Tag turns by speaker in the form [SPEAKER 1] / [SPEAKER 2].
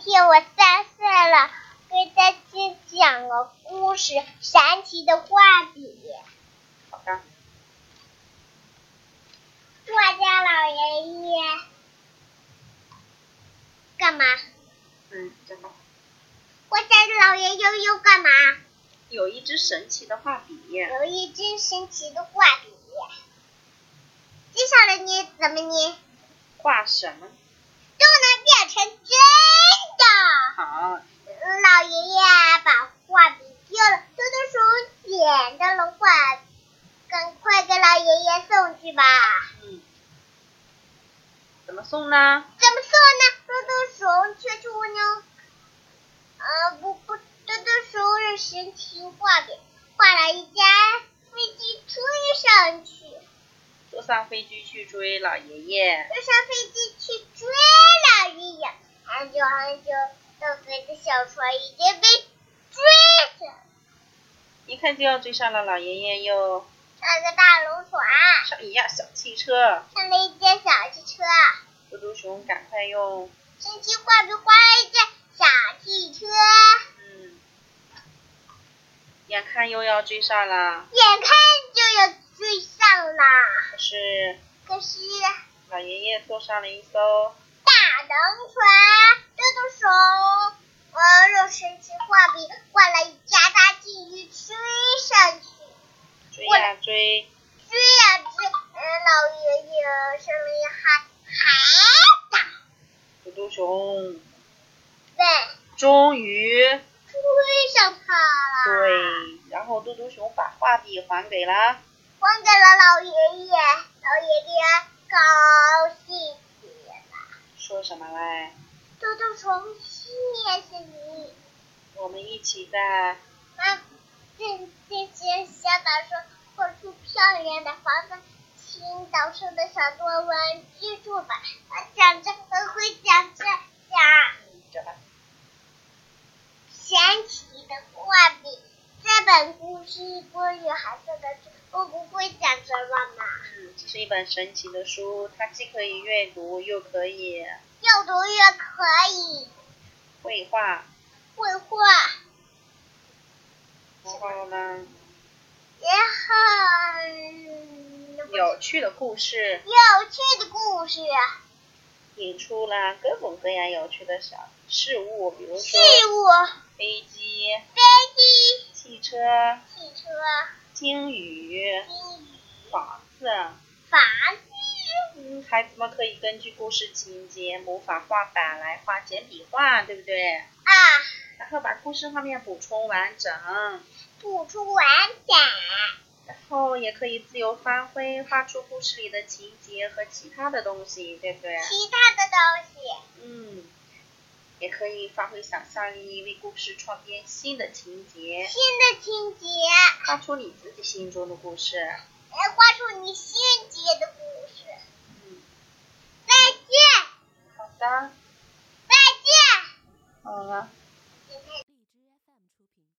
[SPEAKER 1] 天我三岁了，给大家讲个故事，《神奇的画笔》。
[SPEAKER 2] 好的，
[SPEAKER 1] 作家老爷爷干嘛？
[SPEAKER 2] 嗯，真的，
[SPEAKER 1] 作家老爷悠悠干嘛？
[SPEAKER 2] 有一支神奇的画笔，
[SPEAKER 1] 有一支神奇的画笔。接下来你怎么你
[SPEAKER 2] 画什么？
[SPEAKER 1] 都能变成真的？
[SPEAKER 2] 好，
[SPEAKER 1] 老爷爷把画笔丢了，多多鼠捡到了画，赶快给老爷爷送去吧。
[SPEAKER 2] 嗯，怎么送呢？
[SPEAKER 1] 怎么说呢？多多熊却出呢？呃，不不，多多熊用神奇画笔画了一架飞机追上去，追
[SPEAKER 2] 坐上飞机去追老爷爷。
[SPEAKER 1] 上飞机去追了一眼，很久很久，邓飞的小船已经被追着，
[SPEAKER 2] 一看就要追上了老爷爷，又
[SPEAKER 1] 上个大龙船，
[SPEAKER 2] 上一辆小汽车。
[SPEAKER 1] 上了一架小汽车，
[SPEAKER 2] 嘟嘟熊赶快用，
[SPEAKER 1] 神奇画笔画了一架小汽车，
[SPEAKER 2] 嗯，眼看又要追上了，
[SPEAKER 1] 眼看就要追上了。
[SPEAKER 2] 可是
[SPEAKER 1] 可是
[SPEAKER 2] 老爷爷坐上了一艘
[SPEAKER 1] 大龙船这个手，呃，用神奇画笔画了一架大金鱼追上去，
[SPEAKER 2] 追呀追，
[SPEAKER 1] 追呀、追，呃，老爷爷声音喊还打
[SPEAKER 2] 嘟嘟熊
[SPEAKER 1] 呗，
[SPEAKER 2] 终于
[SPEAKER 1] 追上它了。
[SPEAKER 2] 对，然后嘟嘟熊把画笔还给了
[SPEAKER 1] 还给了老爷爷，老爷爷高兴极了。
[SPEAKER 2] 说什么嘞？
[SPEAKER 1] 豆豆虫，谢谢你。
[SPEAKER 2] 我们一起在
[SPEAKER 1] 那这这些小岛上画出漂亮的房子，请岛上的小动物居住吧。我想着我会讲这讲
[SPEAKER 2] 这吧，
[SPEAKER 1] 神奇的画笔。这本故事关于孩子的事，我不会讲什么嘛，
[SPEAKER 2] 嗯，这是一本神奇的书，它既可以阅读，又可以
[SPEAKER 1] 阅读越可以
[SPEAKER 2] 绘画。
[SPEAKER 1] 绘画。
[SPEAKER 2] 然后呢，
[SPEAKER 1] 然后
[SPEAKER 2] 有趣的故事
[SPEAKER 1] 有趣的故事、
[SPEAKER 2] 引出了各种各样有趣的小事物，比如
[SPEAKER 1] 事
[SPEAKER 2] 说
[SPEAKER 1] 物、
[SPEAKER 2] 飞机、
[SPEAKER 1] 飞机、
[SPEAKER 2] 汽车、
[SPEAKER 1] 汽车、
[SPEAKER 2] 鲸
[SPEAKER 1] 金
[SPEAKER 2] 鱼、
[SPEAKER 1] 鱼、
[SPEAKER 2] 房子。
[SPEAKER 1] 房
[SPEAKER 2] 嗯，孩子们可以根据故事情节模仿画板来画简笔画，对不对？
[SPEAKER 1] 啊，
[SPEAKER 2] 然后把故事画面补充完整，
[SPEAKER 1] 不出完整。
[SPEAKER 2] 然后也可以自由发挥，画出故事里的情节和其他的东西，对不对？
[SPEAKER 1] 其他的东西，
[SPEAKER 2] 嗯，也可以发挥想象力，为故事创编新的情节，
[SPEAKER 1] 新的情节，
[SPEAKER 2] 画出你自己心中的故事。
[SPEAKER 1] 来画出你心
[SPEAKER 2] 嗯呃